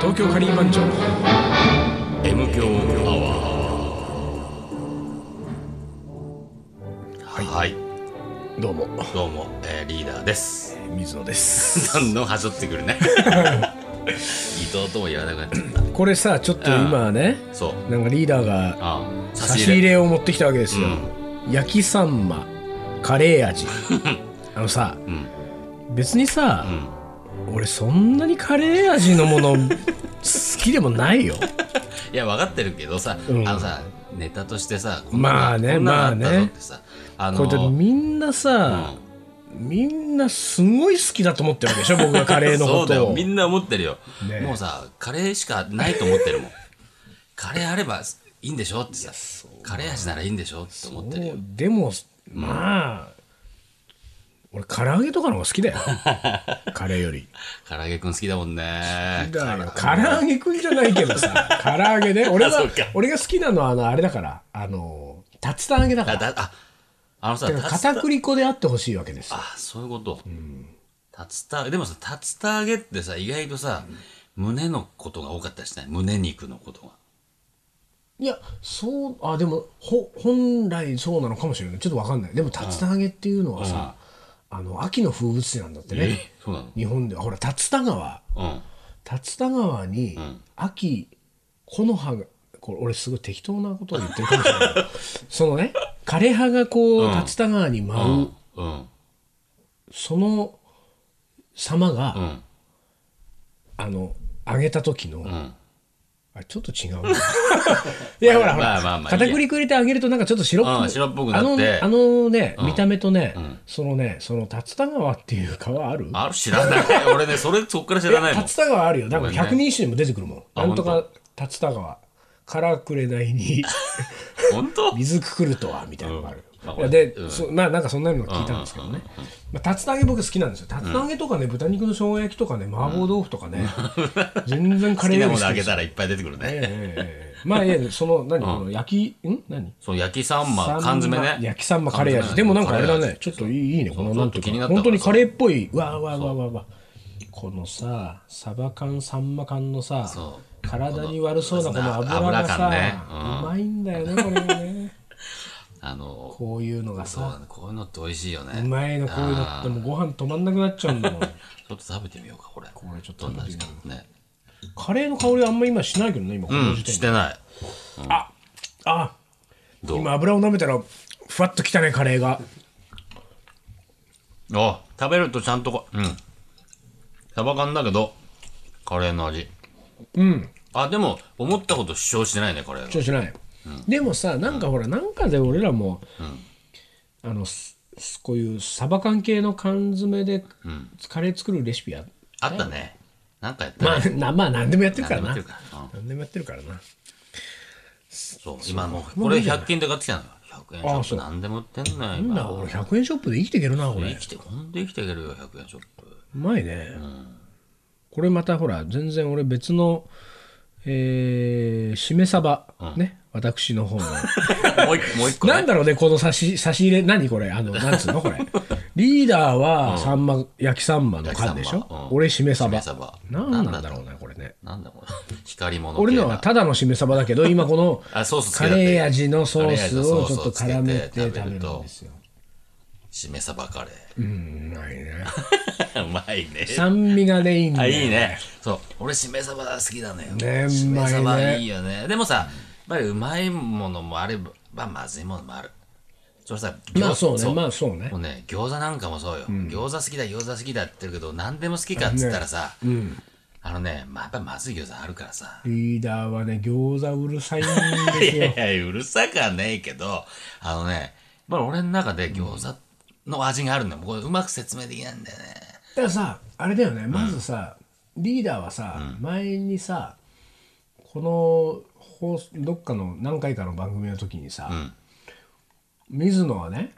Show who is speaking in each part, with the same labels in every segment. Speaker 1: 東京カリー番長
Speaker 2: M 強アワーはい、
Speaker 3: どうも
Speaker 2: どうも、えーリーダ ーです
Speaker 3: 水野です
Speaker 2: どんどんはしょってくるね 伊藤とも言わなくなっちゃっ
Speaker 3: これさちょっと今ね
Speaker 2: たそう
Speaker 3: なんかリーダーが
Speaker 2: ああ
Speaker 3: 差し入れを持ってきたわけですよ、焼きさんまカレー 味あのさ
Speaker 2: うんうん
Speaker 3: 別にさ
Speaker 2: う、ん
Speaker 3: 俺そんなにカレー味のもの好きでもない よ
Speaker 2: いや分かってるけどさ、
Speaker 3: うん
Speaker 2: あのさネタとしてさ
Speaker 3: まあね
Speaker 2: こんな
Speaker 3: まあ
Speaker 2: のがこんなのがった
Speaker 3: ね
Speaker 2: ぞってさあ
Speaker 3: これだって
Speaker 2: の
Speaker 3: みんなさ、みんなすごい好きだと思ってるわけでしょ僕がカレーの
Speaker 2: そ
Speaker 3: こ
Speaker 2: う
Speaker 3: と
Speaker 2: だよ
Speaker 3: を
Speaker 2: みんな思ってるよ、
Speaker 3: ね
Speaker 2: もうさカレーしかないと思って るもんカレーあればいいんでしょってさカレー味ならいいんでしょって思ってるよ
Speaker 3: そうでもまあ、俺唐揚げとかの方が好きだ よカレーより
Speaker 2: 唐揚げくん好きだもんね
Speaker 3: だよ唐揚げ食いじゃないけど さ唐揚げね俺
Speaker 2: あ
Speaker 3: が
Speaker 2: そうか
Speaker 3: 俺が好きなのはあのあれだからあの竜田揚げだか
Speaker 2: あ
Speaker 3: らだ
Speaker 2: だああのさ
Speaker 3: から
Speaker 2: 竜田
Speaker 3: 片栗粉であってほしいわけですよ
Speaker 2: あそういうこと、竜田でもさ竜田揚げってさ意外とさ、胸のことが多かったりしない胸肉のことが
Speaker 3: いやそうあでもほ本来そうなのかもしれないちょっとわかんないでも竜田揚げっていうのはさ、あの秋の風物詩なんだってね
Speaker 2: えそうなの
Speaker 3: 日本ではほら竜田川
Speaker 2: うん
Speaker 3: 竜田川に秋木の葉がこれ俺すごい適当なことを言ってるかもしれ ないけどそのね枯葉がこう竜田川に舞う、
Speaker 2: うんうん
Speaker 3: その様が、
Speaker 2: うん
Speaker 3: あの揚げた時の、
Speaker 2: ん
Speaker 3: あちょっと違う ないやほらほら、
Speaker 2: まあまあまあ
Speaker 3: 片栗粉入れて揚げるとなんかちょっと白っぽ
Speaker 2: う
Speaker 3: く
Speaker 2: ん白っぽくなって
Speaker 3: あのあのね、見た目とね、
Speaker 2: ん
Speaker 3: そのねその竜田川っていう川ある
Speaker 2: ある知 らない俺ねそれそっから知らないもん
Speaker 3: 竜田川あるよなんか
Speaker 2: ごめんね
Speaker 3: 百人一首にも出てくるもん、
Speaker 2: あ
Speaker 3: なんとか竜田川からくれないに
Speaker 2: 本当
Speaker 3: 水くくるとはみたいなのがある
Speaker 2: うんあ
Speaker 3: いやで、
Speaker 2: うん
Speaker 3: そまあなんかそんなの聞いたんですけどね、まあ、竜田揚げ僕好きなんですよ竜田揚げとかね、豚肉の生姜焼きとかね麻婆豆腐とかね、全然
Speaker 2: 好
Speaker 3: カレー
Speaker 2: きな
Speaker 3: よ
Speaker 2: も
Speaker 3: り好き
Speaker 2: のあ
Speaker 3: で
Speaker 2: げ
Speaker 3: すよ
Speaker 2: たらいっぱい出てくる
Speaker 3: ええ
Speaker 2: ね。
Speaker 3: ええええまあいやそ の何、この焼きん何
Speaker 2: その焼きさんま缶詰ね。
Speaker 3: 焼きさんまカレー味
Speaker 2: 缶詰
Speaker 3: でもなんかあれだ
Speaker 2: カレー
Speaker 3: ね
Speaker 2: 味
Speaker 3: ちょっといいいいねこの
Speaker 2: そう
Speaker 3: なんてい
Speaker 2: ちょっと気に
Speaker 3: う
Speaker 2: なっ
Speaker 3: か
Speaker 2: たから
Speaker 3: 本当にカレーっぽいわーわーわーわーわーこのさサバ缶サンマ缶のさ
Speaker 2: そう
Speaker 3: 体に悪そうなこの油が
Speaker 2: 油感
Speaker 3: さ、
Speaker 2: ねう
Speaker 3: うまいんだよねこれがね
Speaker 2: あの
Speaker 3: こういうのが
Speaker 2: そうだ
Speaker 3: さ
Speaker 2: ねこういうのって美味しいよね。
Speaker 3: うまいのこういうのってもうご飯止まんなくなっちゃうんだ もん
Speaker 2: ちょっと食べてみようかこれ。こ
Speaker 3: れちょっと
Speaker 2: どんな
Speaker 3: 食べ
Speaker 2: 味
Speaker 3: て
Speaker 2: かね。
Speaker 3: カレーの香りあんま今しないけどね今こ
Speaker 2: う
Speaker 3: の
Speaker 2: ん
Speaker 3: 時点
Speaker 2: し
Speaker 3: で、
Speaker 2: てない。
Speaker 3: ああ
Speaker 2: どう
Speaker 3: 今？油を舐めたらふわっときたねカレーが
Speaker 2: あ食べるとちゃんとこうん。サバ缶だけどカレーの味。
Speaker 3: うん
Speaker 2: あでも思ったこと主張してないねカレーが。
Speaker 3: 主張しない、でもさなんかほらなんかで俺らも、あのすすこういうサバ缶系の缶詰でカレー作るレシピや、
Speaker 2: あったね。なんかやった
Speaker 3: ま
Speaker 2: ね。
Speaker 3: あ なまあ何でもやってるから
Speaker 2: 何
Speaker 3: な
Speaker 2: でもやってるからうん
Speaker 3: 何でもやってるからな
Speaker 2: そう今もうこれ100均で買ってきたのよ。100円ショ
Speaker 3: あ
Speaker 2: ップ
Speaker 3: そう
Speaker 2: 何でも売ってんのよ
Speaker 3: なんだ
Speaker 2: 今。
Speaker 3: 俺100円ショップで生きていけるなこれ
Speaker 2: 生
Speaker 3: う
Speaker 2: きてほんと生きていけるよ100円ショップ。
Speaker 3: まいね、これまたほら全然俺別のえー、しめ鯖、ね私の 方の
Speaker 2: もう 一もう一個、ね。
Speaker 3: なんだろうねこの差し差し入れ何これあのなんつうのこれリーダーはサンマ、焼きサンマの缶でし
Speaker 2: 焼きサンマ
Speaker 3: ょ
Speaker 2: うん
Speaker 3: 俺しめ鯖
Speaker 2: しめ鯖
Speaker 3: 何なんだろうなこれね
Speaker 2: なんだこれ。光り物系
Speaker 3: 俺のはただのしめ鯖だけど今この
Speaker 2: あソースつけ
Speaker 3: カ
Speaker 2: て
Speaker 3: レー味のソ
Speaker 2: カレ
Speaker 3: ー
Speaker 2: ー味
Speaker 3: ス
Speaker 2: のソ
Speaker 3: を
Speaker 2: ース
Speaker 3: ちょっと
Speaker 2: をつけて
Speaker 3: 絡めて食べ
Speaker 2: 食べ
Speaker 3: る
Speaker 2: る
Speaker 3: ん
Speaker 2: と
Speaker 3: ですよ
Speaker 2: しめ鯖カレ
Speaker 3: うんうまいね
Speaker 2: ー。うまいね。
Speaker 3: 酸味がねいいん
Speaker 2: あ
Speaker 3: だよ
Speaker 2: いいね。そう。俺しめ鯖好きなのよ。
Speaker 3: ね
Speaker 2: しめ
Speaker 3: うまい
Speaker 2: 鯖
Speaker 3: ね
Speaker 2: いいよね。でもさ、やっぱりうまいものもあれば、まずいものもある。それさ、餃
Speaker 3: まあそうねまあそうね
Speaker 2: もうね、餃子なんかもそうよ、餃子好きだ、餃子好きだって言ってるけど、何でも好きかっつったらさ、あのね、まあ、やっぱりまずい餃子あるからさ。
Speaker 3: リーダーはね餃子うる さいんで
Speaker 2: い
Speaker 3: すよ
Speaker 2: やいや、うるさくはねえけど、あのね、まあ俺の中で餃子の味があるのよ。これうまく説明できないんだよね。
Speaker 3: だからさあれだよねまずさ、リーダーはさ、前にさこの放送どっかの何回かの番組の時にさ、水野はね、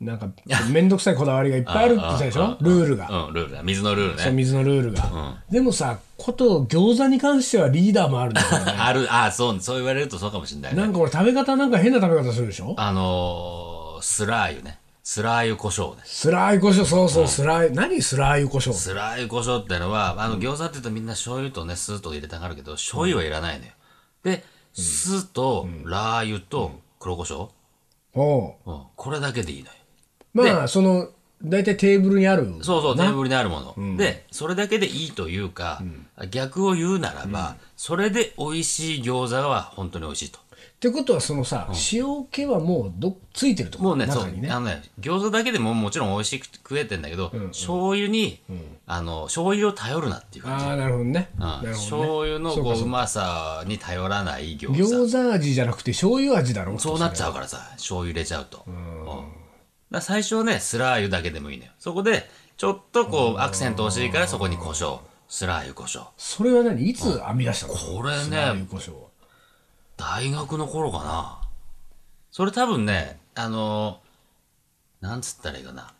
Speaker 3: なんか面倒くさいこだわりがいっ ぱいあるって言ってたでしょルールが、
Speaker 2: うん、ルールだ。水の
Speaker 3: そ
Speaker 2: ルー
Speaker 3: う
Speaker 2: ルね。
Speaker 3: 水のルールが、でもさこと餃子に関してはリーダーもあるんだよね
Speaker 2: ある、あ、そう、そう言われるとそうかもしれない
Speaker 3: な
Speaker 2: ね。
Speaker 3: んか俺食べ方なんか変な食べ方するでしょ
Speaker 2: あのー、スラー油ね。スラー油胡椒ね。
Speaker 3: スラー油胡椒そうそう、スラー油何スラー油胡椒
Speaker 2: スラー油胡椒ってのは、あの、餃子って言うとみんな醤油とね、酢と入れたがるけど、醤油はいらないのよ。で、酢と、ラー油と、黒胡椒、
Speaker 3: おう
Speaker 2: うん、これだけでいいのよ。
Speaker 3: まあその大体テーブルにある
Speaker 2: そうそう、テーブルにあるもの。で、それだけでいいというか、逆を言うならば、それで美味しい餃子は本当に美味しいと。
Speaker 3: ってことはそのさ、塩気はもうどついてるってこと
Speaker 2: もうね、そ
Speaker 3: 中
Speaker 2: う、
Speaker 3: にね
Speaker 2: あのね、餃子だけでももちろん美味しく食えてんだけど、醤油に、あの、醤油を頼るなっていう感じ。
Speaker 3: ああなるほどね、
Speaker 2: うん
Speaker 3: なるほど
Speaker 2: 醤
Speaker 3: ね
Speaker 2: 油のこううまさに頼らない餃子。
Speaker 3: 餃子味じゃなくて醤油味だろ
Speaker 2: そうなっちゃうからさ、醤油入れちゃうと。うんだから最初はね、スラー油だけでもいいのよ。そこで、ちょっとこう、アクセント欲しいから、そこに胡椒。スラー油胡椒。
Speaker 3: それは何いつ編み出したの
Speaker 2: これね
Speaker 3: スラー油胡椒は
Speaker 2: 大学の頃かな。それ多分ね、あのーなんつったらいいかな。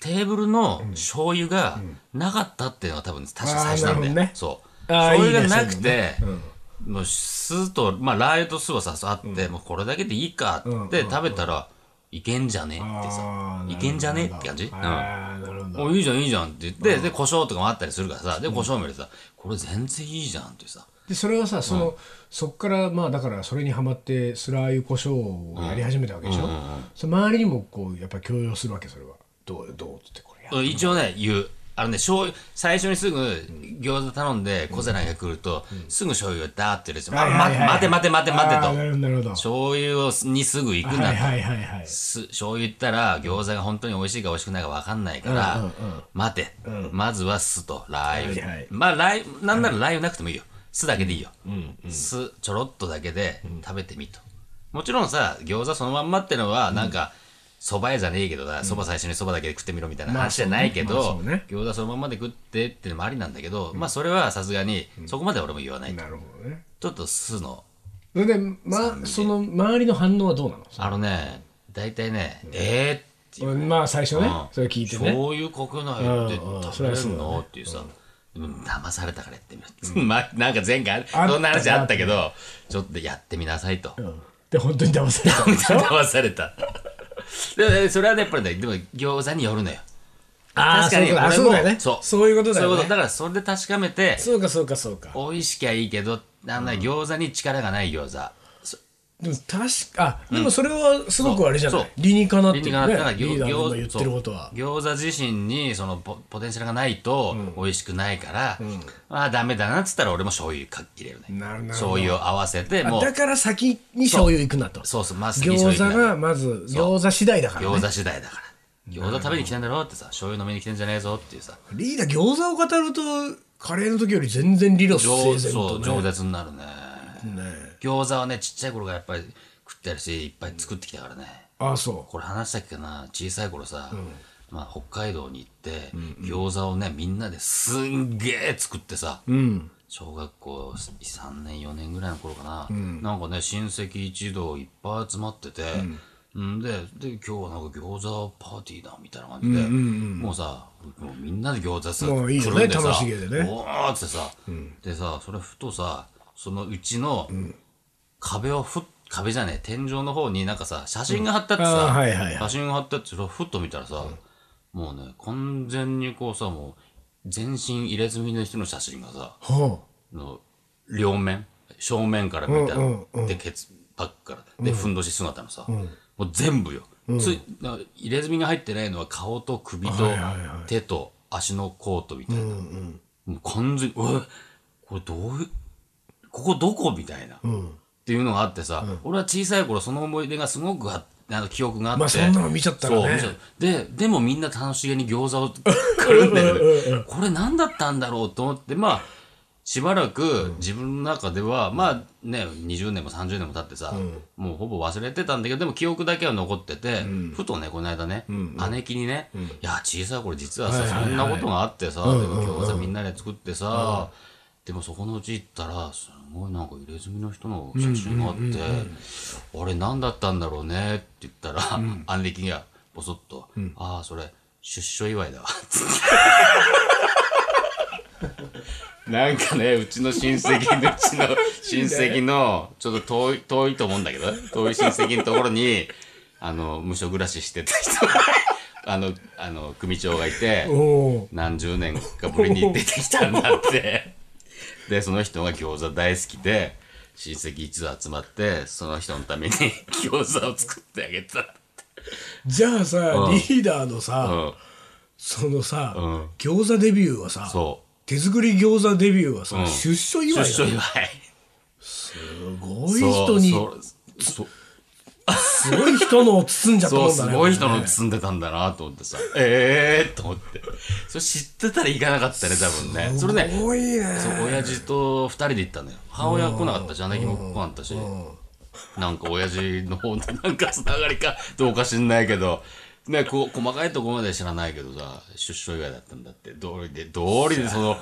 Speaker 2: テーブルの醤油がなかったっていうのが多分確か最初な
Speaker 3: あーなる
Speaker 2: んだ
Speaker 3: ほ
Speaker 2: よ。
Speaker 3: どね
Speaker 2: そう。
Speaker 3: あー
Speaker 2: 醤油がない
Speaker 3: いね
Speaker 2: く
Speaker 3: そう
Speaker 2: て、
Speaker 3: いうのね
Speaker 2: もう酢と、まあラー油と酢はさ、そうあって、もうこれだけでいいかって食べたら、いけんじゃねって
Speaker 3: あ
Speaker 2: さ、
Speaker 3: ー
Speaker 2: いけんじゃねって感じうん。
Speaker 3: ああなるほど
Speaker 2: おいいじゃんいいじゃんって言って、で、胡椒とかもあったりするからさ、で、胡椒も入れてさ、これ全然いいじゃんってさ、
Speaker 3: でそれはさその、そっからまあだからそれにはまってスラー油胡椒をやり始めたわけでしょ、その周りにもこうやっぱ強要するわけそれはどうどうっつってこれや
Speaker 2: うん一応ね言うあのね醤油最初にすぐ餃子頼んで小皿が来ると、すぐ醤油をダーって入れて、
Speaker 3: はいはいはい
Speaker 2: あま待て待て待て待て
Speaker 3: あーなるほ
Speaker 2: と
Speaker 3: どなるほど
Speaker 2: 醤油をにすぐ行くなと、
Speaker 3: はいはいはいはい
Speaker 2: す醤油言ったら餃子が本当に美味しいか美味しくないか分かんないから、
Speaker 3: うんうんうん
Speaker 2: 待て、まずは酢とラー油、
Speaker 3: はいはい
Speaker 2: まあラー油なんならラー油なくてもいいよ酢だけでいいよ、酢ちょろっとだけで食べてみと、もちろんさ餃子そのまんまってのはなんか、蕎麦屋じゃねえけどだ蕎麦最初に蕎麦だけで食ってみろみたいな話じゃないけ
Speaker 3: まあ
Speaker 2: ど、
Speaker 3: そうね
Speaker 2: 餃子そのまんまで食ってってのもありなんだけど、まあそれはさすがにそこまでは俺も言わない、
Speaker 3: なるほどね
Speaker 2: ちょっと酢の
Speaker 3: それで、ま、その周りの反応はどうなの
Speaker 2: あのね大体ね、えーって
Speaker 3: うんまあ最初ね、
Speaker 2: うん
Speaker 3: それ聞いてね。
Speaker 2: 醤油こくないよって
Speaker 3: うんうん
Speaker 2: 食べれるのっていうさ、うん騙されたからやってみる、 まあなんか前回
Speaker 3: あった
Speaker 2: そんな話あったけどちょっとやってみなさいと、
Speaker 3: うんで本当に騙されたんでしょ
Speaker 2: 騙されたでもそれはねやっぱりねでも餃子によるのよ
Speaker 3: あー
Speaker 2: 確かに
Speaker 3: そうかあ
Speaker 2: 俺
Speaker 3: そうだよ
Speaker 2: も
Speaker 3: ね
Speaker 2: そう
Speaker 3: そういうことだよね
Speaker 2: そういうだからそれで確かめて
Speaker 3: そうかそうかそうか。
Speaker 2: 美味しきゃいいけどあんな餃子に力がない餃子
Speaker 3: でも確かあでもそれはすごくあれじゃな
Speaker 2: そう
Speaker 3: い。理にかなって
Speaker 2: 理
Speaker 3: る
Speaker 2: に
Speaker 3: ね。
Speaker 2: かなったら
Speaker 3: リーダーの今言っ
Speaker 2: 餃
Speaker 3: てることは。
Speaker 2: そう餃子自身にそのポポテンシャルがないと美味しくないから、ああダメだなっつったら俺も醤油か入れるね
Speaker 3: なるほど
Speaker 2: 醤油を合わせてもう
Speaker 3: だから先に醤油行くなと。
Speaker 2: そうそうまず先に
Speaker 3: 餃
Speaker 2: 醤
Speaker 3: 子
Speaker 2: 油
Speaker 3: がまず餃子次第だから、ね。
Speaker 2: 餃子次第だから餃子食べに来てんだろってさ醤油飲みに来てんじゃねえぞっていうさ
Speaker 3: リーダー餃子を語るとカレーの時より全然理路整
Speaker 2: 上
Speaker 3: 然
Speaker 2: そ
Speaker 3: と
Speaker 2: う
Speaker 3: ね。
Speaker 2: 饒舌になるね
Speaker 3: ね
Speaker 2: 餃子はねちっちゃい頃からやっぱり食ってるしいっぱい作ってきたからね、
Speaker 3: ああそう。
Speaker 2: これ話したっけかな小さい頃さ、まあ、北海道に行って、餃子をねみんなですんげえ作ってさ、小学校3年4年ぐらいの頃かな、なんかね親戚一同いっぱい集まってて、うん、でで今日はなんか餃子パーティーだみたいな感じで、もうさもうみんなで餃子さ
Speaker 3: もういいよね
Speaker 2: くるんでさ
Speaker 3: 楽しげでね
Speaker 2: おーっつってさ、でさそれふとさそのうちの壁をふっ壁じゃねえ天井の方になんかさ写真が貼ってあってさ、
Speaker 3: あーはいはいはい
Speaker 2: 写真が貼ってあってそれをふっと見たらさ、もうね完全にこうさもう全身入れ墨の人の写真がさ
Speaker 3: ほ
Speaker 2: の両面正面から見たら、
Speaker 3: うん
Speaker 2: でケツバックからでふんどし姿のさ、もう全部よ、ついな入れ墨が入ってないのは顔と首と
Speaker 3: いはいは
Speaker 2: 手と足のコートみたいな、
Speaker 3: う。うんうん。
Speaker 2: もう完全に、えこれどういう、ここどこみたいな、
Speaker 3: ん
Speaker 2: っていうのがあってさ、俺は小さい頃その思い出がすごくああの記憶があって。
Speaker 3: まあそんなの見ちゃったらね
Speaker 2: そう見ちゃったで、でもみんな楽しげに餃子をくるんでる。これ何だったんだろうと思って、まあ、しばらく自分の中では、まあね、20年も30年も経ってさ、もうほぼ忘れてたんだけど、でも記憶だけは残ってて、ふとね、この間ね、姉貴にね、いや、小さい頃実はさ、そんなことがあってさ、でも餃子みんなで作ってさ、でもそこのうち行ったら、すごいなんか入れ墨の人の写真があって、あれ何だったんだろうねって言ったら、姉貴がぼそっと、ああ、それ、出所祝いだわ、つってなんかね、うちの親戚の、う ちの親戚の、ちょっと遠い、遠いと思うんだけど、遠い親戚のところに、あの、無所暮らししてた人あの、あの、組長がいて、
Speaker 3: お
Speaker 2: 何十年かぶりに出てきたんだって。 で、その人が餃子大好きで、親戚一同集まって、その人のために 餃子を作ってあげた。
Speaker 3: じゃあさ、
Speaker 2: うん
Speaker 3: リーダーのさ、
Speaker 2: うん。
Speaker 3: そのさ、
Speaker 2: うん
Speaker 3: 餃子デビューはさ
Speaker 2: そ
Speaker 3: 手作り餃子デビューはさ、
Speaker 2: ん
Speaker 3: 出所
Speaker 2: う。
Speaker 3: 祝い
Speaker 2: 出
Speaker 3: だ
Speaker 2: 所祝い。
Speaker 3: すごい人に
Speaker 2: そうそう
Speaker 3: すごい人のを包んじゃった
Speaker 2: そう
Speaker 3: もん
Speaker 2: す
Speaker 3: だね
Speaker 2: ごい人
Speaker 3: これ
Speaker 2: の
Speaker 3: ね
Speaker 2: 包んでたんだなと思ってさ、ええー、と思って。それ知ってたら行かなかったね、多分ね。それね
Speaker 3: す、ごいね
Speaker 2: そう親父と二人で行ったのよ母親来なかったし姉貴も来なかったしなんか親父の方で なんかつながりかどうか知んないけどねこう細かいとこまでは知らないけどさ出所以外だったんだって道理で道理でその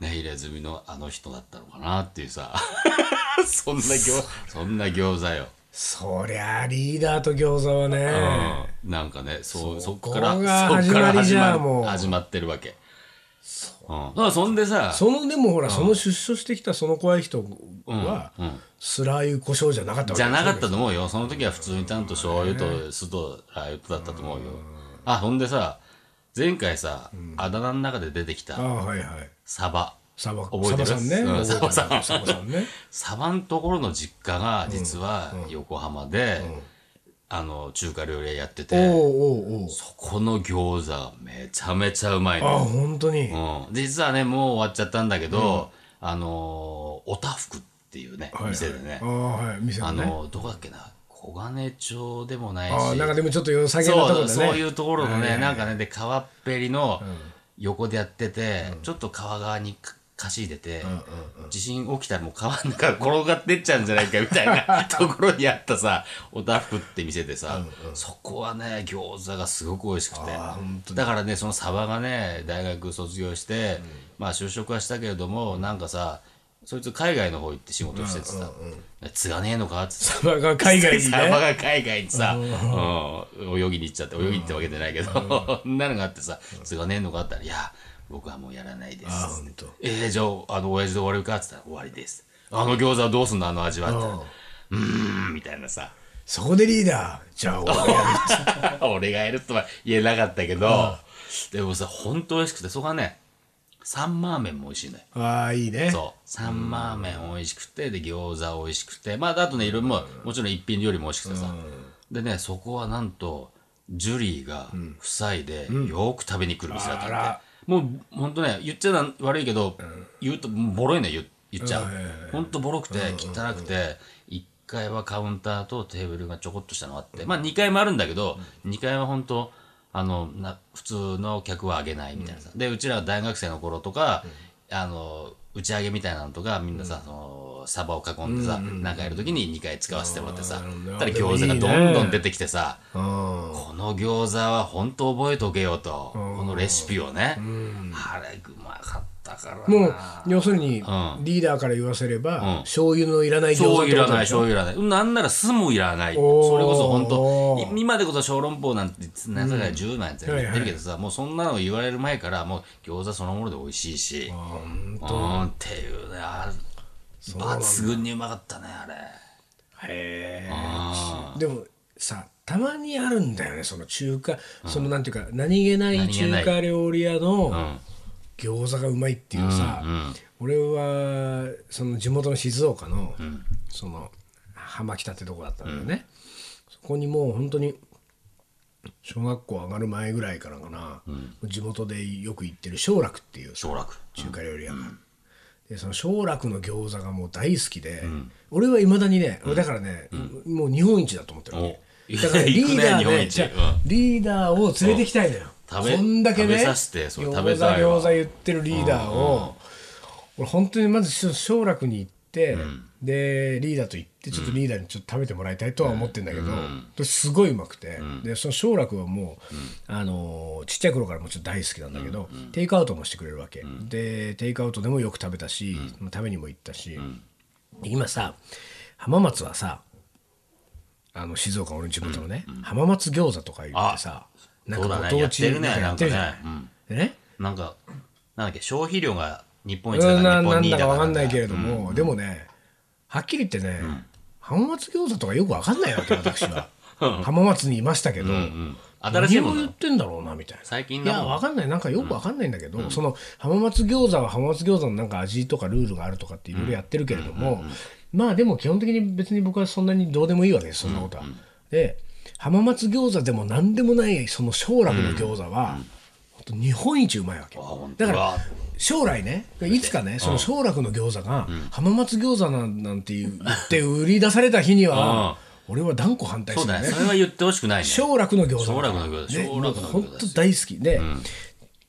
Speaker 2: ね入れ墨のあの人だったのかなっていうさ そんな餃そんな餃子よ、
Speaker 3: そりゃあリーダーと餃子はね、
Speaker 2: うん、なんかねそうそ
Speaker 3: そ
Speaker 2: こ
Speaker 3: こ
Speaker 2: から
Speaker 3: が
Speaker 2: そっから
Speaker 3: 始まりじ
Speaker 2: 始
Speaker 3: ゃ
Speaker 2: ま
Speaker 3: あ
Speaker 2: る
Speaker 3: もう
Speaker 2: 始まってるわけうん、だからそんでさ
Speaker 3: そのでもほら、その出所してきたその怖い人は、
Speaker 2: うんうん
Speaker 3: スラー油胡椒じゃなかったわけ
Speaker 2: じゃなかった
Speaker 3: っ
Speaker 2: と思うよ。その時は普通にちゃんと醤油と酢とラー油とだったと思うよ。あ、ほんでさ、前回さ、あだ名の中で出てき
Speaker 3: あ
Speaker 2: た
Speaker 3: あはいはい
Speaker 2: サバ。
Speaker 3: サバ
Speaker 2: 覚えてる
Speaker 3: サバさんね、
Speaker 2: う
Speaker 3: 覚えてる
Speaker 2: んサバ
Speaker 3: サバさんね
Speaker 2: サバのところの実家が実は横浜で、あの、中華料理屋やって
Speaker 3: おう
Speaker 2: て、
Speaker 3: おうおう
Speaker 2: そこの餃子がめちゃめちゃうまい
Speaker 3: ああ
Speaker 2: の。
Speaker 3: 本当に、
Speaker 2: うん、実はね、もう終わっちゃったんだけど、あのー、おたふくっていうね、店でね
Speaker 3: あ、あはい店
Speaker 2: あ
Speaker 3: のね
Speaker 2: のー、どこだっけな、小金町でもないし、
Speaker 3: ああなんかでもちょっと良さげなとこ
Speaker 2: そ
Speaker 3: ろで
Speaker 2: う
Speaker 3: ね
Speaker 2: そういうところの
Speaker 3: はいは
Speaker 2: ね
Speaker 3: い
Speaker 2: なんかねで川っぺりの横でやってて、ちょっと川側にかかしいでて、地震起きたらもう川の中転がってっちゃうんじゃないかみた いなところにあったさおたふくって店でさ、そこはね餃子がすごく美味しくて
Speaker 3: あー本
Speaker 2: だからねそのサバがね大学卒業して、まあ就職はしたけれどもなんかさそいつ海外の方行って仕事しててさ、継がねえのかってさ
Speaker 3: サバが海 外に
Speaker 2: サバ
Speaker 3: ね
Speaker 2: が海外にさ、うん、泳ぎに行っちゃって、泳ぎに行ったわけじゃないけど、そんなのがあってさ、継がねえのかあったら、いや、僕はもうやらないで
Speaker 3: ああ
Speaker 2: す。
Speaker 3: 本当
Speaker 2: えー、じゃあ、あの、親父で終わるかって言ったら、終わりです。あの餃子はどうすんのあの味はって言ったら。うーん、みたいなさ、
Speaker 3: そこでリーダーじゃあ俺やる
Speaker 2: 俺がやるとは言えなかったけど、でもさ、ほんと美味しくて、そこはね、サンマーメンも美味しいのよ。
Speaker 3: ああいいね
Speaker 2: そう。サンマーメン美味しくて、で、餃子美味しくて、まあ、あとね、いろいろも、もちろん一品料理も美味しくてさ。でね、そこはなんと、ジュリーが夫妻でよく食べに来る店だった
Speaker 3: あら
Speaker 2: んで、もうほんとね、言っちゃな悪いけど、言うと、もうボロいね、言う言っちゃう。ほんとボロくて、汚くて、1階はカウンターとテーブルがちょこっとしたのあって、まあ2階もあるんだけど、2階はほんと、あの、な、普通の客はあげないみたいなさ。で、うちら大学生の頃とか、あの、打ち上げみたいなのとか、みんなさ、その、サバを囲んでさ、なんかやるときに2回使わせてもらってさ、
Speaker 3: ど
Speaker 2: たら餃子がどんどん出てきてさ、
Speaker 3: うん
Speaker 2: この餃子は本当覚えとけよと、このレシピをね。あれ、うまかったからな。
Speaker 3: もう要するにリ
Speaker 2: ん
Speaker 3: ーダーから言わせれば、
Speaker 2: うん
Speaker 3: 醤油のいらない餃子っ
Speaker 2: 醤油
Speaker 3: て
Speaker 2: い
Speaker 3: こ
Speaker 2: ら
Speaker 3: と
Speaker 2: ない、
Speaker 3: でしょ
Speaker 2: 醤油いらない。なんなら酢もいらない。それ
Speaker 3: おー
Speaker 2: こそ本当い今でこそ小籠包なんて、なんだか10万円って言ってるけどさ、もうそんなの言われる前から、もう餃子そのもので美味しいし、うん、っていうね、あ抜群にうまかったね、あれ。
Speaker 3: へ
Speaker 2: あ
Speaker 3: えでもさたまにあるんだよねその中華、そのなんていうか何気ない
Speaker 2: 何気な
Speaker 3: 中
Speaker 2: い
Speaker 3: 華料理屋の
Speaker 2: ん
Speaker 3: 餃子がうまいっていうさ、俺はその地元の静岡の、その浜北ってとこだったんだよね、そこにもう本当に小学校上がる前ぐらいからかな、地元でよく行ってる小楽っていう
Speaker 2: 省楽。
Speaker 3: 中華料理屋が、でその小楽の餃子がもう大好きで、俺はいまだにね、俺だからね、もう日本一だと思ってるわけ
Speaker 2: お
Speaker 3: だからリーダー
Speaker 2: 行くね日本
Speaker 3: ね
Speaker 2: 一
Speaker 3: じゃあ
Speaker 2: う
Speaker 3: リーダーを連れてきたいのよ、
Speaker 2: 食べ
Speaker 3: こんだけね
Speaker 2: 食べさせてそれ
Speaker 3: 餃
Speaker 2: 食
Speaker 3: 子
Speaker 2: べたいわ
Speaker 3: 餃子言ってるリーダーを、俺本当にまずし小楽に行って、でリーダーと行ってちょっとリーダーにちょっと食べてもらいたいとは思ってんだけど、ですごいうまくて、でその小楽はもう、あのーちっちゃい頃からもうちょっと大好きなんだけど、テイクアウトもしてくれるわけ、でテイクアウトでもよく食べたし、食べにも行ったし、今さ浜松はさあの静岡俺の地元のね、浜松餃子とか言ってさ
Speaker 2: そうだね
Speaker 3: ご当地
Speaker 2: やってるね
Speaker 3: なんかやってるじゃ
Speaker 2: なんかね
Speaker 3: んでね
Speaker 2: なんか、なんだっけ、消費量が日本一だ
Speaker 3: うんな
Speaker 2: から日
Speaker 3: な
Speaker 2: 本
Speaker 3: ん
Speaker 2: 2位
Speaker 3: だ
Speaker 2: だ
Speaker 3: か
Speaker 2: から
Speaker 3: 分かんないけれども、でもねはっきり言ってね、浜松餃子とかよく分かんないわけ私は浜松にいましたけど、
Speaker 2: うん新しいも
Speaker 3: 何を
Speaker 2: の
Speaker 3: 言ってんだろうなみたいな
Speaker 2: 最近
Speaker 3: い
Speaker 2: のも
Speaker 3: や
Speaker 2: の
Speaker 3: わかんないなんかよくわかんないんだけど、その浜松餃子は浜松餃子のなんか味とかルールがあるとかっていろいろやってるけれども、まあでも基本的に別に僕はそんなにどうでもいいわけですそんなことは。で浜松餃子でも何でもないその将楽の餃子は、本当日本一うまいわけ
Speaker 2: あ本当
Speaker 3: だ
Speaker 2: だ
Speaker 3: から将来ねいつかねその将楽の餃子が浜松餃子なんなんていう言って売り出された日には俺は断固反対す
Speaker 2: そう
Speaker 3: る
Speaker 2: だ
Speaker 3: ね
Speaker 2: ね。それは言ってほしくないね。
Speaker 3: 小楽の餃子
Speaker 2: 小楽の餃子
Speaker 3: ね
Speaker 2: 小楽の餃子
Speaker 3: 本当大好きで、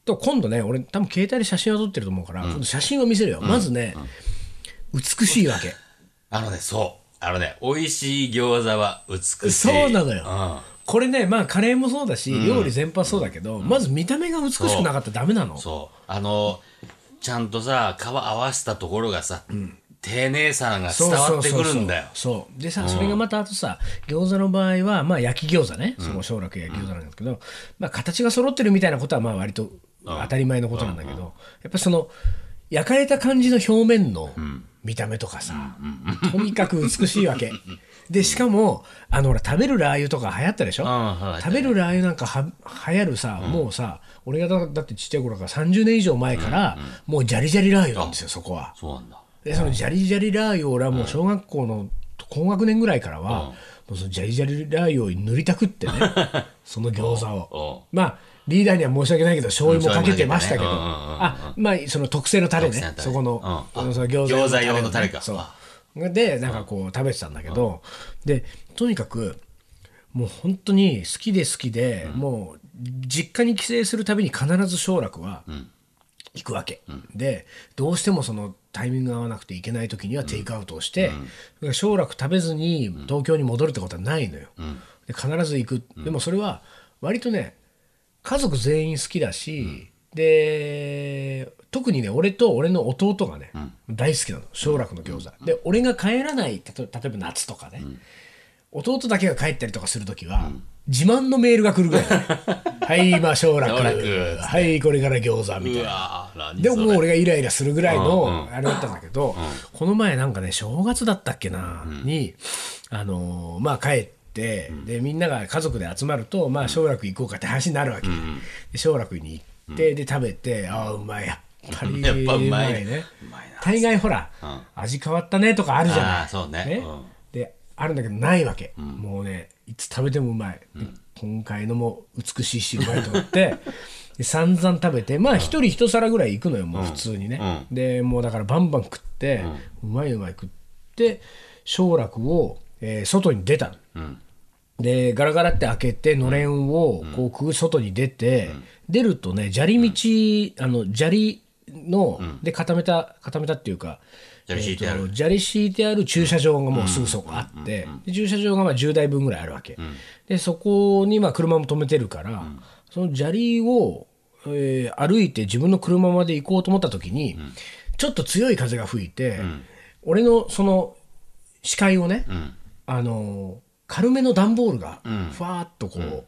Speaker 3: と今度ね俺多分携帯で写真を撮ってると思うから、今度写真を見せるよ、まずね、美しいわけ
Speaker 2: あのね、そう。あのね、美味しい餃子は美しい。
Speaker 3: そうなのよ
Speaker 2: うん
Speaker 3: これねまあカレーもそうだし、料理全般そうだけど、まず見た目が美しくなかったらダメなの
Speaker 2: そう。あの、ちゃんとさ、皮合わせたところがさ、丁寧さが伝わってくるんだよ。
Speaker 3: そうそうそうそうでさそれがまたあとさ餃子の場合はまあ焼き餃子ねその小楽焼き餃子なんですけど、まあ形が揃ってるみたいなことはまあ割と当たり前のことなんだけど、やっぱその焼かれた感じの表面の見た目とかさ、とにかく美しいわけでしかもあのほら食べるラー油とか流行ったでしょ、
Speaker 2: うん
Speaker 3: 食べるラー油なんかは流行るさ、もうさ俺がだだってちっちゃい頃から30年以上前から、もうジャリジャリラー油なんですよそこは。
Speaker 2: そうなんだ。
Speaker 3: でそのジャリジャリラー油を俺はもう小学校の高学年ぐらいからは、もうそのジャリジャリラー油を塗りたくっ てねその餃子を、まあリーダーには申し訳ないけど醤油もかけてましたけど、
Speaker 2: うん醤
Speaker 3: あまあその特製のタレね
Speaker 2: 特製のタレ
Speaker 3: そこの,、
Speaker 2: うんあ
Speaker 3: その餃子
Speaker 2: 餃子用のタレか
Speaker 3: そう
Speaker 2: あ
Speaker 3: でなんかこう食べてたんだけど、でとにかくもう本当に好きで好きで、もう実家に帰省するたびに必ず奨楽は行くわけ、でどうしてもそのタイミングが合わなくていけない時にはテイクアウトをして奨、楽食べずに東京に戻るってことはないのよ、で必ず行く、でもそれは割とね家族全員好きだし、で特にね俺と俺の弟がね、大好きなの奨楽の餃子、で俺が帰らないたと例えば夏とかね、弟だけが帰ったりとかするときは、自慢のメールが来るぐらいね、はい今奨楽
Speaker 2: 奨楽
Speaker 3: はいこれから餃子みた
Speaker 2: う
Speaker 3: いな。
Speaker 2: わー何
Speaker 3: でも
Speaker 2: それ
Speaker 3: もう俺がイライラするぐらいのあれだったんだけど、この前なんかね正月だったっけな、にあのーまあ帰って、でみんなが家族で集まるとまあ奨楽行こうかって話になるわけ、で奨楽に行ってで食べて、ああうまいやっぱり
Speaker 2: やっぱうまい
Speaker 3: ね
Speaker 2: うまいな
Speaker 3: 大概ほら、味変わったねとかあるじゃな
Speaker 2: あ
Speaker 3: い
Speaker 2: ーそうねうん
Speaker 3: であるんだけどないわけ、もうねいつ食べてもうまい、で今回のも美しいしうまいと思って で散々食べてまあ一人一皿ぐらい行くのよもう普通にね、でもうだからバンバン食って、うまいうまい食って奨楽を、えー外に出たの、でガラガラって開けてのれんをこうくぐ外に出て、出るとね砂利道、あの砂利の、で固めた固めたっていうか
Speaker 2: 砂利敷いてある
Speaker 3: えーと砂利敷いてある駐車場がもうすぐそこあって、で駐車場がまあ10台分ぐらいあるわけ、でそこにまあ車も止めてるから、その砂利を、えー歩いて自分の車まで行こうと思った時に、ちょっと強い風が吹いて、俺のその視界をね、あの軽めの段ボールがふわーっとこう、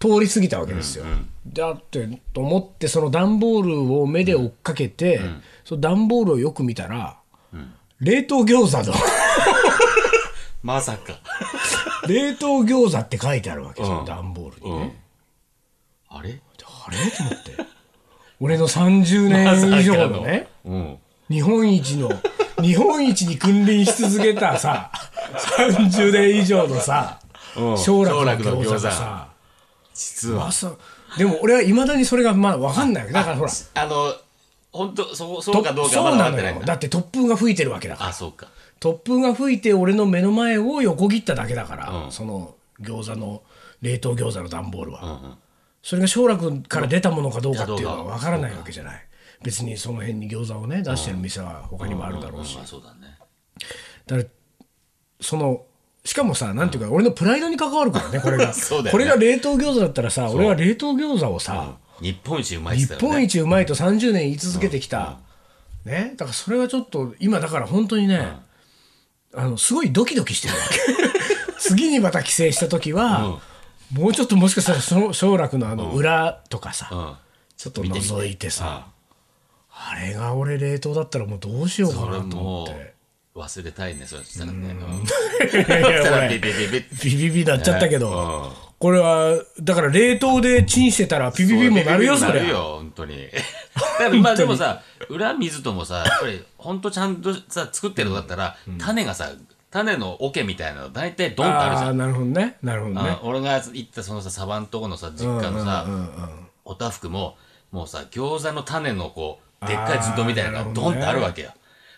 Speaker 3: 通り過ぎたわけですよ。だってと思ってその段ボールを目で追っかけて、その段ボールをよく見たら、冷凍餃子の
Speaker 2: まさか。
Speaker 3: 冷凍餃子って書いてあるわけですよ、
Speaker 2: うん
Speaker 3: 段ボールにね。
Speaker 2: うんあれ
Speaker 3: あれと思って俺の30年以上のね、
Speaker 2: うん。
Speaker 3: 日本一の日本一に君臨し続けたさ30年以上のさ
Speaker 2: うん
Speaker 3: 将楽の
Speaker 2: 将楽の
Speaker 3: 餃
Speaker 2: 餃
Speaker 3: 子
Speaker 2: 子
Speaker 3: がさ
Speaker 2: 実は。
Speaker 3: 朝でも俺はいまだにそれがまあ分かんないわけだからほら
Speaker 2: あの、本当そう、そう
Speaker 3: と
Speaker 2: かどうかまだ分かってない
Speaker 3: そ
Speaker 2: ん
Speaker 3: うのよ
Speaker 2: だ。
Speaker 3: だって突風が吹いてるわけだから
Speaker 2: あ、そうか。
Speaker 3: 突風が吹いて俺の目の前を横切っただけだから、
Speaker 2: うん
Speaker 3: その餃子の冷凍餃子の段ボールは、
Speaker 2: うんうん。
Speaker 3: それが奨楽から出たものかどうかっていうのは分からないわけじゃない別にその辺に餃子をね出してる店は他にもあるだろうし、
Speaker 2: まあそうだね。
Speaker 3: だからそのしかもさなんていうか、俺のプライドに関わるからねこれが
Speaker 2: そうだよね
Speaker 3: これが冷凍餃子だったらさ俺は冷凍餃子をさ、
Speaker 2: 日本一うまいっ
Speaker 3: 日
Speaker 2: すよね。
Speaker 3: 本一うまいと30年言い続けてきた、ね、だからそれはちょっと今だから本当にね、あのすごいドキドキしてるわけ 次にまた帰省した時は、もうちょっともしかしたらその奨楽のあの裏とかさ、
Speaker 2: うん。
Speaker 3: ちょっと覗いてさあれが俺冷凍だったらもうどうしようかなと思っ
Speaker 2: それも
Speaker 3: て
Speaker 2: 忘れたいね、それしたらね。うん
Speaker 3: いやいや
Speaker 2: したら
Speaker 3: こ
Speaker 2: ビ
Speaker 3: れ
Speaker 2: ビビビって
Speaker 3: ピピピなっちゃったけ
Speaker 2: うん
Speaker 3: ど、これは、だから冷凍でチンしてたらピピピもなるよ、そ
Speaker 2: な
Speaker 3: れ
Speaker 2: る。よ、本当に。だからまあでもさ、裏水ともさ、やっぱり本当ちゃんとさ、作ってるのだったら、種がさ、種の桶みたいなの、大体ドンとあるじ
Speaker 3: あ
Speaker 2: ゃ
Speaker 3: あ、
Speaker 2: ん。
Speaker 3: なるほどね。なるほどね
Speaker 2: あ。俺が行ったそのさ、サバンとこのさ、実家の
Speaker 3: うんう
Speaker 2: さ、
Speaker 3: んうんうん
Speaker 2: おたふくも、もうさ、餃子の種のこう、でっかいずっとみたいなの
Speaker 3: あーな
Speaker 2: が
Speaker 3: る
Speaker 2: ド
Speaker 3: ほど
Speaker 2: ン
Speaker 3: ね
Speaker 2: とあるわけよ。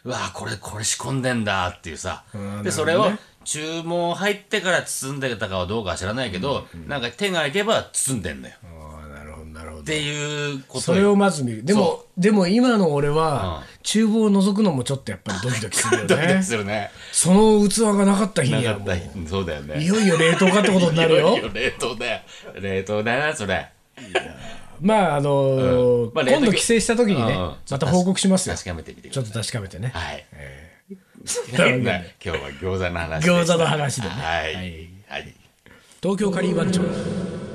Speaker 2: うわーこれ、これ仕込んでんだっていうさ
Speaker 3: んなるほど。ね
Speaker 2: で、それを注文入ってから包んでたかはどうかは知らないけど、なんか手が空けば包んでんのよ。っ
Speaker 3: ああ、なるほど、なるほど。
Speaker 2: ていうことよ
Speaker 3: それをまず見る。でも、でも今の俺は、厨房を覗くのもちょっとやっぱりドキドキするよ
Speaker 2: ドキド
Speaker 3: ね
Speaker 2: キ。するね。
Speaker 3: その器がなかった日
Speaker 2: な
Speaker 3: に
Speaker 2: か
Speaker 3: は
Speaker 2: っ
Speaker 3: も
Speaker 2: た
Speaker 3: う、
Speaker 2: 日そうだよね。
Speaker 3: いよいよ冷凍かってことになるよ
Speaker 2: い。よ冷凍だよ。冷凍だな、それ。
Speaker 3: まあ、あのー
Speaker 2: うんまあ冷凍
Speaker 3: 今度帰省した時にね
Speaker 2: うんうん、
Speaker 3: また報告しますよ。
Speaker 2: 確かめてみてく
Speaker 3: ちょ
Speaker 2: だ
Speaker 3: っ
Speaker 2: さ
Speaker 3: と確かめてね
Speaker 2: い。。はい。
Speaker 3: なるほど
Speaker 2: 今
Speaker 3: ね
Speaker 2: 日は餃子の話でした。
Speaker 3: 餃子の話でね。
Speaker 2: はい
Speaker 3: はい。
Speaker 2: はい。
Speaker 3: 東京カリー番長。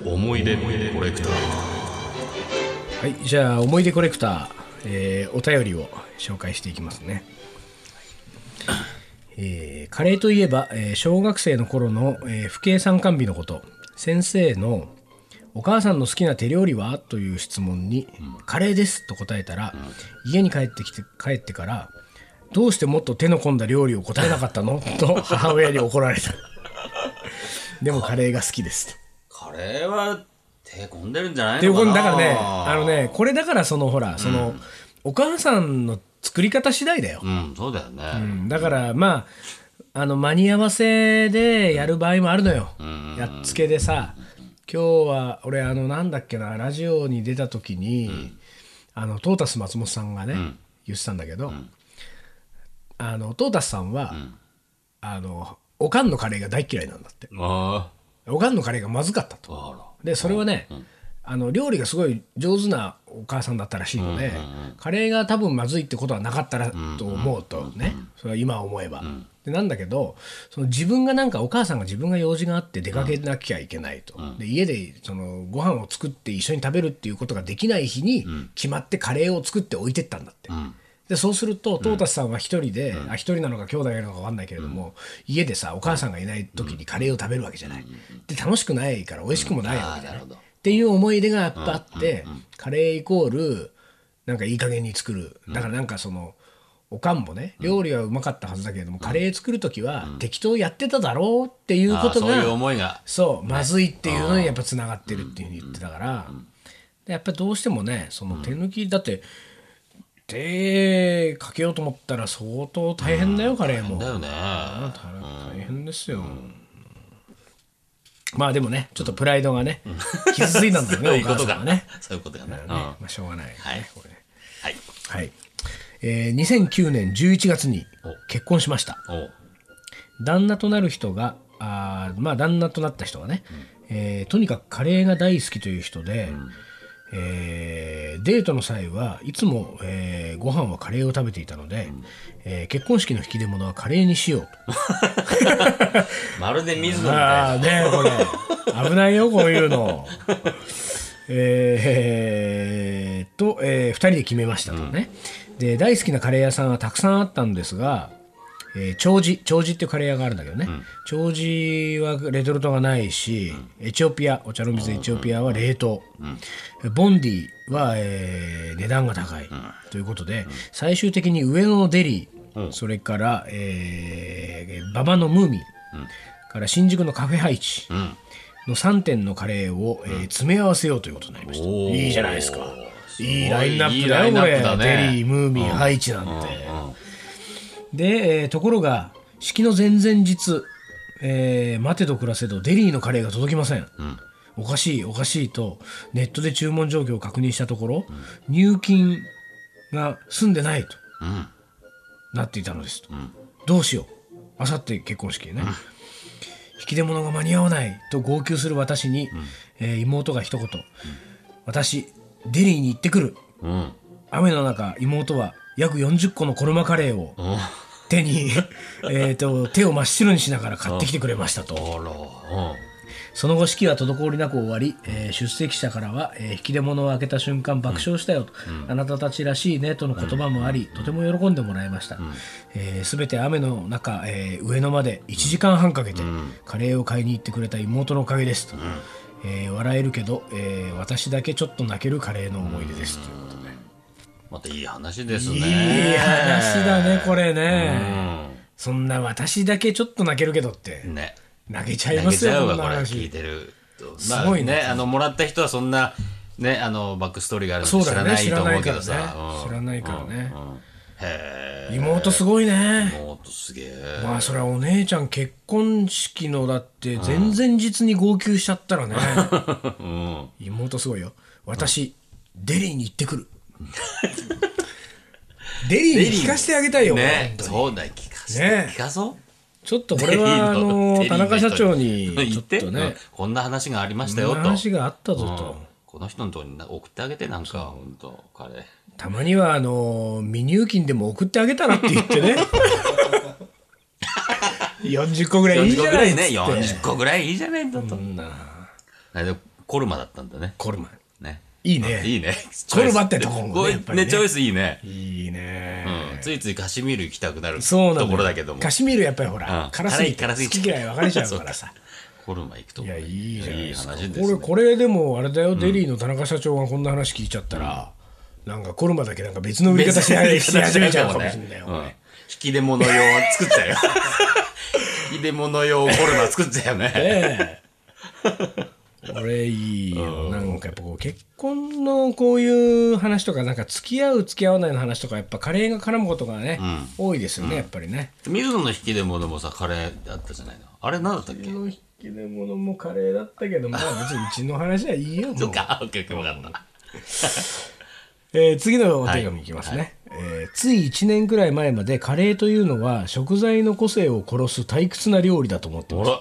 Speaker 2: 思い出コレクター。
Speaker 3: はい、じゃあ思い出コレクター、えーお便りを紹介していきますね。えーカレーといえば、えー小学生の頃の、えー、父兄参観日のこと先生の「お母さんの好きな手料理は?」という質問に「カレーです」と答えたら、家に帰ってきて帰ってから「どうしてもっと手の込んだ料理を答えなかったの?」と母親に怒られたでもカレーが好きですと
Speaker 2: カレーは手込んでるんじゃない
Speaker 3: ってい
Speaker 2: の
Speaker 3: う
Speaker 2: か
Speaker 3: ことだ
Speaker 2: な
Speaker 3: からねあの。ねこれだからそのほらその、お母さんの作り方次第だよ、
Speaker 2: うん、そうだよ
Speaker 3: う
Speaker 2: ね。
Speaker 3: んだからまああの間に合わせでやる場合もあるのよ、
Speaker 2: ん
Speaker 3: やっつけでさ今日は俺あのなんだっけなラジオに出た時に、あのトータス松本さんがね、
Speaker 2: ん
Speaker 3: 言ってたんだけど、あのトータスさんは、あのおかんのカレーが大嫌いなんだって
Speaker 2: あ
Speaker 3: おかんのカレーがまずかったと
Speaker 2: あ。あら。
Speaker 3: でそれはね、あの料理がすごい上手なお母さんだったらしいので、カレーが多分まずいってことはなかったらと思うとね、それは今思えば。でなんだけどその自分がなんかお母さんが自分が用事があって出かけなきゃいけないと、で家でそのご飯を作って一緒に食べるっていうことができない日に決まってカレーを作って置いてったんだって。でそうするとトータスさんは一人で、あ一人なのか兄弟なのか分かんないけれども、家でさお母さんがいない時にカレーを食べるわけじゃない、で楽しくないから美味しくもないわけじゃない、
Speaker 2: うんあーなるほど
Speaker 3: っていう思い出がやっぱあって、カレーイコールなんかいい加減に作るだからなんかそのおかんもね料理はうまかったはずだけれども、カレー作る時は適当やってただろうっていう
Speaker 2: あ
Speaker 3: こ
Speaker 2: あ
Speaker 3: と
Speaker 2: そういう
Speaker 3: が
Speaker 2: 思いが。
Speaker 3: そうまずいっていうのにやっぱつながってるっていうふうに言ってたから、でやっぱりどうしてもねその手抜きだって手かけようと思ったら相当大変だよ、カレーも
Speaker 2: だ。よね。
Speaker 3: 大変ですよ、まあでもねちょっとプライドがね、傷ついたんだよ
Speaker 2: そうい
Speaker 3: ね
Speaker 2: う
Speaker 3: お
Speaker 2: こ
Speaker 3: 母
Speaker 2: と
Speaker 3: さん
Speaker 2: が
Speaker 3: はね。
Speaker 2: そういうことがね。うん
Speaker 3: ま
Speaker 2: は
Speaker 3: あしょうがないよね、
Speaker 2: い
Speaker 3: これね
Speaker 2: い。
Speaker 3: はいえー2009年11月に
Speaker 2: お
Speaker 3: 結婚しました
Speaker 2: おう
Speaker 3: 旦那となる人があーまあ旦那となった人がね、えーとにかくカレーが大好きという人で、えーデートの際はいつも、えーご飯はカレーを食べていたので、えー結婚式の引き出物はカレーにしようと
Speaker 2: まるで水野みたいな。
Speaker 3: ああねこれ危ないよこういうのえーえーっと、え2人で決めましたとね、で大好きなカレー屋さんはたくさんあったんですが、えー、長寿長寿っていうカレー屋があるんだけどね、長寿はレトルトがないし、エチオピアお茶の水エチオピアは冷凍、ボンディは、えー値段が高い、ということで、最終的に上野のデリー、それから、えー、馬場のムーミン、から新宿のカフェハイチの3点のカレーを、えー詰め合わせようということになりました、
Speaker 2: おー
Speaker 3: いいじゃないですか
Speaker 2: すごい
Speaker 3: いいラインナップだよ
Speaker 2: いい
Speaker 3: こ
Speaker 2: ラ
Speaker 3: れ
Speaker 2: インナップだね
Speaker 3: デリームーミン、ハイチなんて、で、えーところが式の前々日、えー待てど暮らせどデリーのカレーが届きません、おかしいおかしいとネットで注文状況を確認したところ、入金が済んでないと
Speaker 2: うん。
Speaker 3: なっていたのですと、どうしようあさって結婚式ね、引き出物が間に合わないと号泣する私に、えー妹が一言、私デリーに行ってくる
Speaker 2: うん。
Speaker 3: 雨の中妹は約40個のコルマカレーを
Speaker 2: うん。あ
Speaker 3: 手にえーと手を真っ白にしながら買ってきてくれましたと
Speaker 2: ら。うん。
Speaker 3: その後式は滞りなく終わり、えー出席者からは、えー引き出物を開けた瞬間爆笑したよと、あなたたちらしいねとの言葉もあり、とても喜んでもらいましたすべ、えー全て雨の中、えー上野まで1時間半かけて、カレーを買いに行ってくれた妹のおかげですと、えー笑えるけど、えー私だけちょっと泣けるカレーの思い出ですということで、
Speaker 2: またいい話ですね。
Speaker 3: いい話だねこれ
Speaker 2: う
Speaker 3: ね、
Speaker 2: ん。
Speaker 3: そんな私だけちょっと泣けるけどって、
Speaker 2: ね。
Speaker 3: 投げちゃい
Speaker 2: 投
Speaker 3: ま
Speaker 2: げ
Speaker 3: す
Speaker 2: ちゃ
Speaker 3: よ、こ
Speaker 2: うわ、
Speaker 3: んな
Speaker 2: これ
Speaker 3: 話。
Speaker 2: 聞いてると。
Speaker 3: すごいね
Speaker 2: まああの、もらった人はそんな、ね、あの、バックストーリーがあるの
Speaker 3: そう
Speaker 2: 知
Speaker 3: だ
Speaker 2: ら
Speaker 3: よね、
Speaker 2: ない
Speaker 3: 知
Speaker 2: と
Speaker 3: らな
Speaker 2: 思
Speaker 3: いうか
Speaker 2: け
Speaker 3: ら
Speaker 2: どさ。
Speaker 3: ね。
Speaker 2: うん
Speaker 3: 知らないからね。
Speaker 2: へえ。
Speaker 3: 妹すごいね。
Speaker 2: 妹すげえ。
Speaker 3: まあ、それはお姉ちゃん結婚式のだって、前々日に号泣しちゃった らね。
Speaker 2: うん。
Speaker 3: 妹すごいよ。私、デリーに行ってくる。デリーに聞かせてあげたいよ。
Speaker 2: ね
Speaker 3: 本。当に
Speaker 2: そうだよ、聞かせ
Speaker 3: ね
Speaker 2: て。聞かそう。
Speaker 3: ちょっとこれは、あ
Speaker 2: デリーの
Speaker 3: の、
Speaker 2: デリ
Speaker 3: 田
Speaker 2: ーの人
Speaker 3: 中社長に、
Speaker 2: 言っ
Speaker 3: ちょ
Speaker 2: て
Speaker 3: っと
Speaker 2: うん
Speaker 3: ね、
Speaker 2: こんな話がありましたよ、と。
Speaker 3: 話があったぞ
Speaker 2: うん
Speaker 3: と。
Speaker 2: この人のとこにな送ってあげて、なんか、ほんと、彼。
Speaker 3: たまには、あの、未入金でも送ってあげたらって言って ね。40個ぐらいいいじ
Speaker 2: 40個
Speaker 3: ゃ
Speaker 2: ぐ
Speaker 3: な
Speaker 2: ら
Speaker 3: いっつっ
Speaker 2: いね、
Speaker 3: て。
Speaker 2: 40個ぐらいいいじゃないんだと。
Speaker 3: そんな
Speaker 2: あれでコルマだったんだね。
Speaker 3: コルマ。
Speaker 2: ね。
Speaker 3: いいね。
Speaker 2: いいね。
Speaker 3: コルマってとこもね
Speaker 2: チョイス
Speaker 3: やっぱりね
Speaker 2: ね、チョイスいいね。
Speaker 3: いいね。
Speaker 2: うんついついカシミール行きたくなる
Speaker 3: そうなんだよ
Speaker 2: ところだけども。
Speaker 3: カシミールやっぱりほ
Speaker 2: う
Speaker 3: ら
Speaker 2: ん、
Speaker 3: 辛すぎて
Speaker 2: 辛い辛すぎて
Speaker 3: 好き嫌い分かれちゃうからさ。
Speaker 2: コルマ行くと
Speaker 3: い
Speaker 2: こ
Speaker 3: や、
Speaker 2: ね。
Speaker 3: いいじゃないですか。
Speaker 2: い話です
Speaker 3: これ、
Speaker 2: ね。
Speaker 3: これでもあれだよ、デリーの田中社長がこんな話聞いちゃったら、なんかコルマだけなんか別の売り方し始めちゃうかもしれないよ。
Speaker 2: うん引き出物用作っち ゃうよ。引き出物用コルマ作っちゃうよね。
Speaker 3: ええこれいいよ。なんかやっぱこう結婚のこういう話とか、なんか付き合う付き合わないの話とか、やっぱカレーが絡むことがね、多いですよね、やっぱりね。
Speaker 2: 水野の引き出物もさ、カレーあったじゃないの。あれ何だったっけ
Speaker 3: の引き出物もカレーだったけど、 まあ別にうちの話はいいよ、も
Speaker 2: そっ
Speaker 3: う。
Speaker 2: か、オッケーオッケー、分かった。
Speaker 3: えー次のお手紙いきますね、えーつい1年くらい前までカレーというのは食材の個性を殺す退屈な料理だと思ってま
Speaker 2: ほ
Speaker 3: し
Speaker 2: ら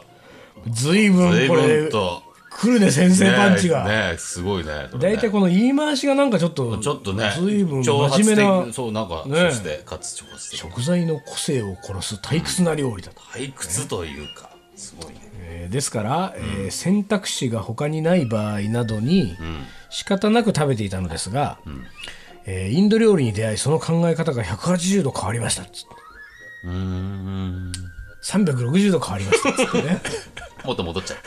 Speaker 3: た。随分
Speaker 2: 随
Speaker 3: これ
Speaker 2: 分と。
Speaker 3: 来るね先生パンチが、
Speaker 2: ねねすごいね。それね
Speaker 3: 大体この言い回しがなんかちょっと
Speaker 2: ちょっとね、
Speaker 3: 随分
Speaker 2: 挑発
Speaker 3: 真面
Speaker 2: 的
Speaker 3: 目な
Speaker 2: そう、なんか、
Speaker 3: ね
Speaker 2: そして、かつ挑発的。
Speaker 3: 食材の個性を殺す退屈な料理だと、
Speaker 2: 退屈というか、すごいね。
Speaker 3: えーですから、えー選択肢が他にない場合などに仕方なく食べていたのですが、えーインド料理に出会いその考え方が180度変わりましたっつって
Speaker 2: うーん。
Speaker 3: 360度変わりましたっつってね、
Speaker 2: もっと戻っちゃった。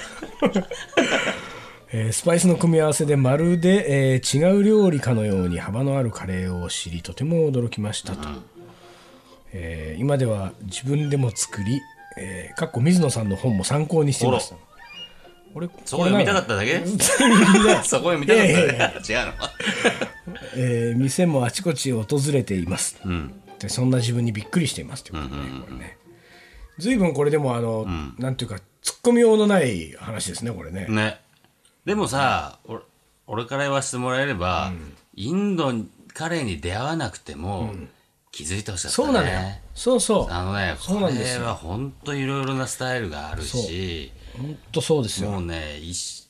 Speaker 3: えースパイスの組み合わせでまるで、えー違う料理かのように幅のあるカレーを知りとても驚きましたと、えー今では自分でも作り、えーかっこ水野さんの本も参考にしていました俺 こ
Speaker 2: そこ読みたかっただけ そこ読みたか
Speaker 3: いやいやい
Speaker 2: っただけ違うの
Speaker 3: えー店もあちこち訪れています、でそんな自分にびっくりしていますということで、ねこれね随分これでもあの、なんていうかツッコミ用のない話ですねこれね、
Speaker 2: ね。でもさ、俺俺から言わせてもらえれば、インドカレーに出会わなくても、気づいてほしかったね。
Speaker 3: そうなのよそうそう
Speaker 2: あのね、
Speaker 3: そ
Speaker 2: こ
Speaker 3: うなんです
Speaker 2: れ
Speaker 3: よ
Speaker 2: は本当いろいろなスタイルがあるし、
Speaker 3: 本当そうですよ
Speaker 2: もうね、いし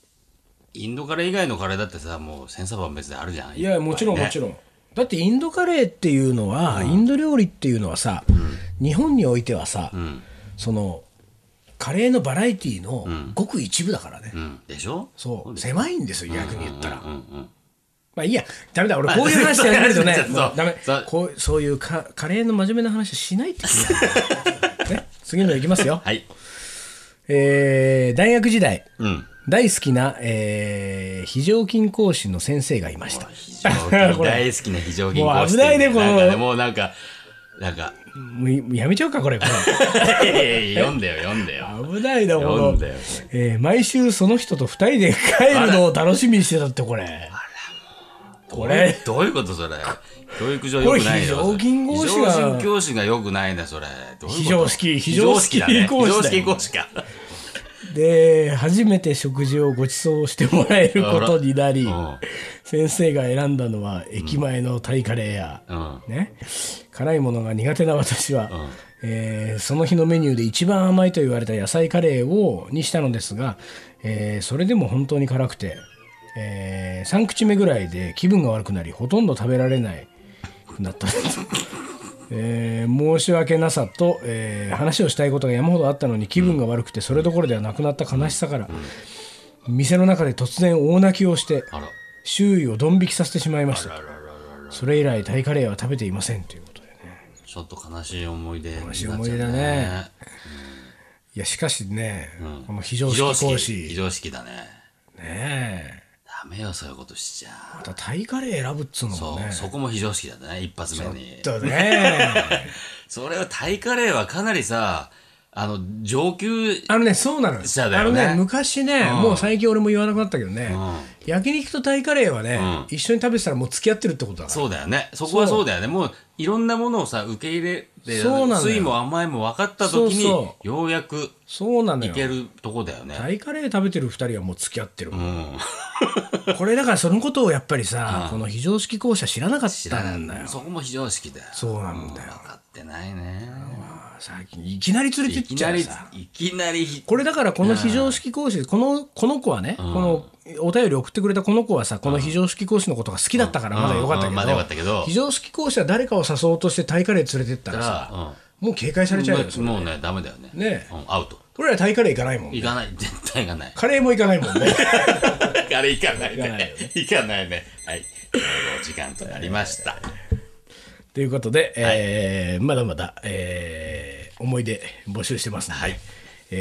Speaker 2: インドカレー以外のカレーだってさ、もう千差万別であるじゃん。
Speaker 3: いやもちろん
Speaker 2: いっぱいね
Speaker 3: もちろん、だってインドカレーっていうのは、インド料理っていうのはさ、日本においてはさ、そのカレーのバラエティーのごく一部だからね、
Speaker 2: うん、でしょ
Speaker 3: そう狭いんですよ逆に言ったら、
Speaker 2: うんうん
Speaker 3: まあいいやダメだ俺こういう話してあげるとね
Speaker 2: そう
Speaker 3: もうダメ
Speaker 2: そう
Speaker 3: こうそういうかカレーの真面目な話はしないって 君ね次のいきますよ、
Speaker 2: はい。
Speaker 3: えー大学時代
Speaker 2: うん。
Speaker 3: 大好きな、えー非常勤講師の先生がいました
Speaker 2: 非常 勤大好きな非常勤講師
Speaker 3: もう危ないねこの
Speaker 2: なんかね、もうなんか、なんか、
Speaker 3: もういやめちゃうかこれこ れ
Speaker 2: いやいや読んでよ、読んでよ。
Speaker 3: 危ないな、こ
Speaker 2: 読ん
Speaker 3: の
Speaker 2: でよ。
Speaker 3: えー毎週その人と二人で帰るのを楽しみにしてたって、これ。これ
Speaker 2: どういうどういうことそれ。教育上良くないよ。
Speaker 3: これ非常勤講師が
Speaker 2: 非常勤教師が良くないね、それ。どういうこと
Speaker 3: 非常識非
Speaker 2: 非
Speaker 3: 常
Speaker 2: 常
Speaker 3: 識
Speaker 2: 識だね。非
Speaker 3: 講師だよ
Speaker 2: 常識講師か。
Speaker 3: で、初めて食事をご馳走してもらえることになり
Speaker 2: あらうん、
Speaker 3: 先生が選んだのは駅前のタイカレー屋。
Speaker 2: うん。
Speaker 3: ね、辛いものが苦手な私は、えーその日のメニューで一番甘いと言われた野菜カレーをにしたのですが、えーそれでも本当に辛くて、え3口目ぐらいで気分が悪くなりほとんど食べられないくなった んです、えー申し訳なさと、えー話をしたいことが山ほどあったのに気分が悪くてそれどころではなくなった悲しさから、店の中で突然大泣きをして
Speaker 2: あら
Speaker 3: 周囲をドン引きさせてしまいました
Speaker 2: あららららら
Speaker 3: それ以来タイカレーは食べていませんということでね
Speaker 2: ちょっと悲しい思い出になっ
Speaker 3: し
Speaker 2: ち
Speaker 3: い
Speaker 2: ゃった
Speaker 3: 思い出だねいやしかしね、
Speaker 2: うん
Speaker 3: この非常識講師
Speaker 2: 非
Speaker 3: ね
Speaker 2: 常識だね
Speaker 3: え
Speaker 2: ダメよそういうことしちゃ
Speaker 3: またタイカレー選ぶっつうの
Speaker 2: そ
Speaker 3: も
Speaker 2: う、
Speaker 3: ね
Speaker 2: そこも非常識だったね一発目に
Speaker 3: だね
Speaker 2: それはタイカレーはかなりさあの上級
Speaker 3: あのねそうなのよ
Speaker 2: そうだ
Speaker 3: あ
Speaker 2: よ
Speaker 3: の
Speaker 2: ね
Speaker 3: ね昔ね、もう最近俺も言わなくなったけどね、焼肉とタイカレーはね、一緒に食べてたらもう付き合ってるってことだから
Speaker 2: そうだよねそこはそうだよねもういろんなものをさ受け入れて
Speaker 3: そうなのよ
Speaker 2: 酸いも甘いも分かった時に
Speaker 3: そうそ
Speaker 2: ようやく
Speaker 3: そうなの
Speaker 2: いけ
Speaker 3: よ
Speaker 2: るとこだよね
Speaker 3: タイカレー食べてる二人はもう付き合ってる、
Speaker 2: うん
Speaker 3: これだからそのことをやっぱりさ、この非常識校舎知らなかったんだよ
Speaker 2: そこも非常識だよ
Speaker 3: そうなんだよ
Speaker 2: 分かってないね
Speaker 3: 最近いきなり連れてっ
Speaker 2: いき
Speaker 3: ちゃ
Speaker 2: な
Speaker 3: う
Speaker 2: り
Speaker 3: さ
Speaker 2: いきなりひ
Speaker 3: これだからこの非常識講師このこの子はね、このお便り送ってくれたこの子はさこの非常識講師のことが好きだったからまだよかったけど,、
Speaker 2: うんうんまだよかったけど
Speaker 3: 非常識講師は誰かを誘おうとしてタイカレー連れてったらさ、
Speaker 2: さ
Speaker 3: もう警戒されちゃうよ、
Speaker 2: うんもうねダメだよね
Speaker 3: ねえ
Speaker 2: うんアウト
Speaker 3: 俺らタイカレー行かないもん
Speaker 2: 行かない絶対行かない
Speaker 3: カレーも行かないもんね
Speaker 2: あれ行かない
Speaker 3: 行かないよ
Speaker 2: ね。行かないね。はい。ちょうどお時間となりました。
Speaker 3: ということで、えーまだまだ、えー思い出募集してますので、
Speaker 2: はい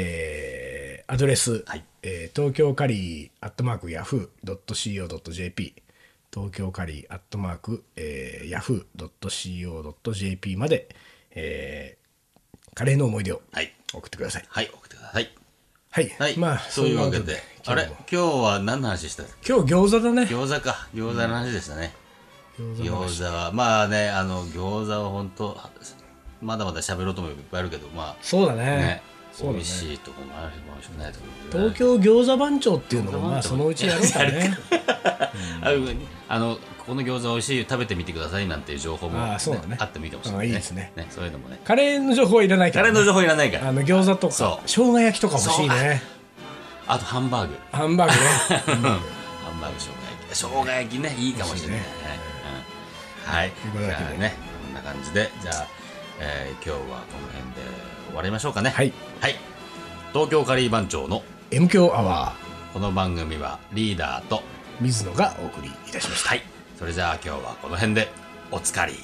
Speaker 3: えーアドレス、
Speaker 2: はい
Speaker 3: えー東京カリーアットマークヤフー .co.jp 東京カリーアットマークヤフー .co.jp まで、えーカレーの思い出を
Speaker 2: はい。
Speaker 3: 送ってください。
Speaker 2: はい、送ってください。
Speaker 3: はい、
Speaker 2: はい。
Speaker 3: まあ
Speaker 2: そういうわけ
Speaker 3: そんな
Speaker 2: で
Speaker 3: こ。と
Speaker 2: あれ
Speaker 3: 今日も
Speaker 2: 今日は何の話でした
Speaker 3: 今日餃子だね。
Speaker 2: 餃子か。餃子の話でしたね。
Speaker 3: 餃子の
Speaker 2: 餃子は、まあね、あの、餃子は本当まだまだ喋ろうともいっぱいあるけど、ま
Speaker 3: そうだね
Speaker 2: あ、ね。
Speaker 3: そうだ
Speaker 2: 美
Speaker 3: ね
Speaker 2: 味しいとこもあるし、美味しくないとこもあるしね
Speaker 3: 東京餃子番長っていうのもまあそのうちやろうかね。
Speaker 2: ああのここの餃子美味しいよ食べてみてくださいなんていう情報も、
Speaker 3: あーそうだね
Speaker 2: あってもいいかもしれない、
Speaker 3: あーいいですね
Speaker 2: そういうのもね
Speaker 3: カレーの情報はいらないか
Speaker 2: カレ
Speaker 3: ら、
Speaker 2: ーの情報いらないか
Speaker 3: あ
Speaker 2: ら
Speaker 3: の餃子と
Speaker 2: そ
Speaker 3: か
Speaker 2: う
Speaker 3: 生姜焼きとか欲しいね
Speaker 2: あとハンバーグ
Speaker 3: ハンバーグね
Speaker 2: ハンバーグ生姜焼き生姜焼きねいいかもしれないね、はい、
Speaker 3: というこ
Speaker 2: う
Speaker 3: と
Speaker 2: んはい、
Speaker 3: だけで
Speaker 2: じゃあねこんな感じでじゃあ、えー今日はこの辺で終わりましょうかね
Speaker 3: はい、
Speaker 2: はい、東京カリー番長の
Speaker 3: M 強アワ
Speaker 2: この番組はリーダーと
Speaker 3: ー水野がお送りいたしました
Speaker 2: はいそれじゃあ今日はこの辺でおつかり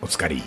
Speaker 3: おつかり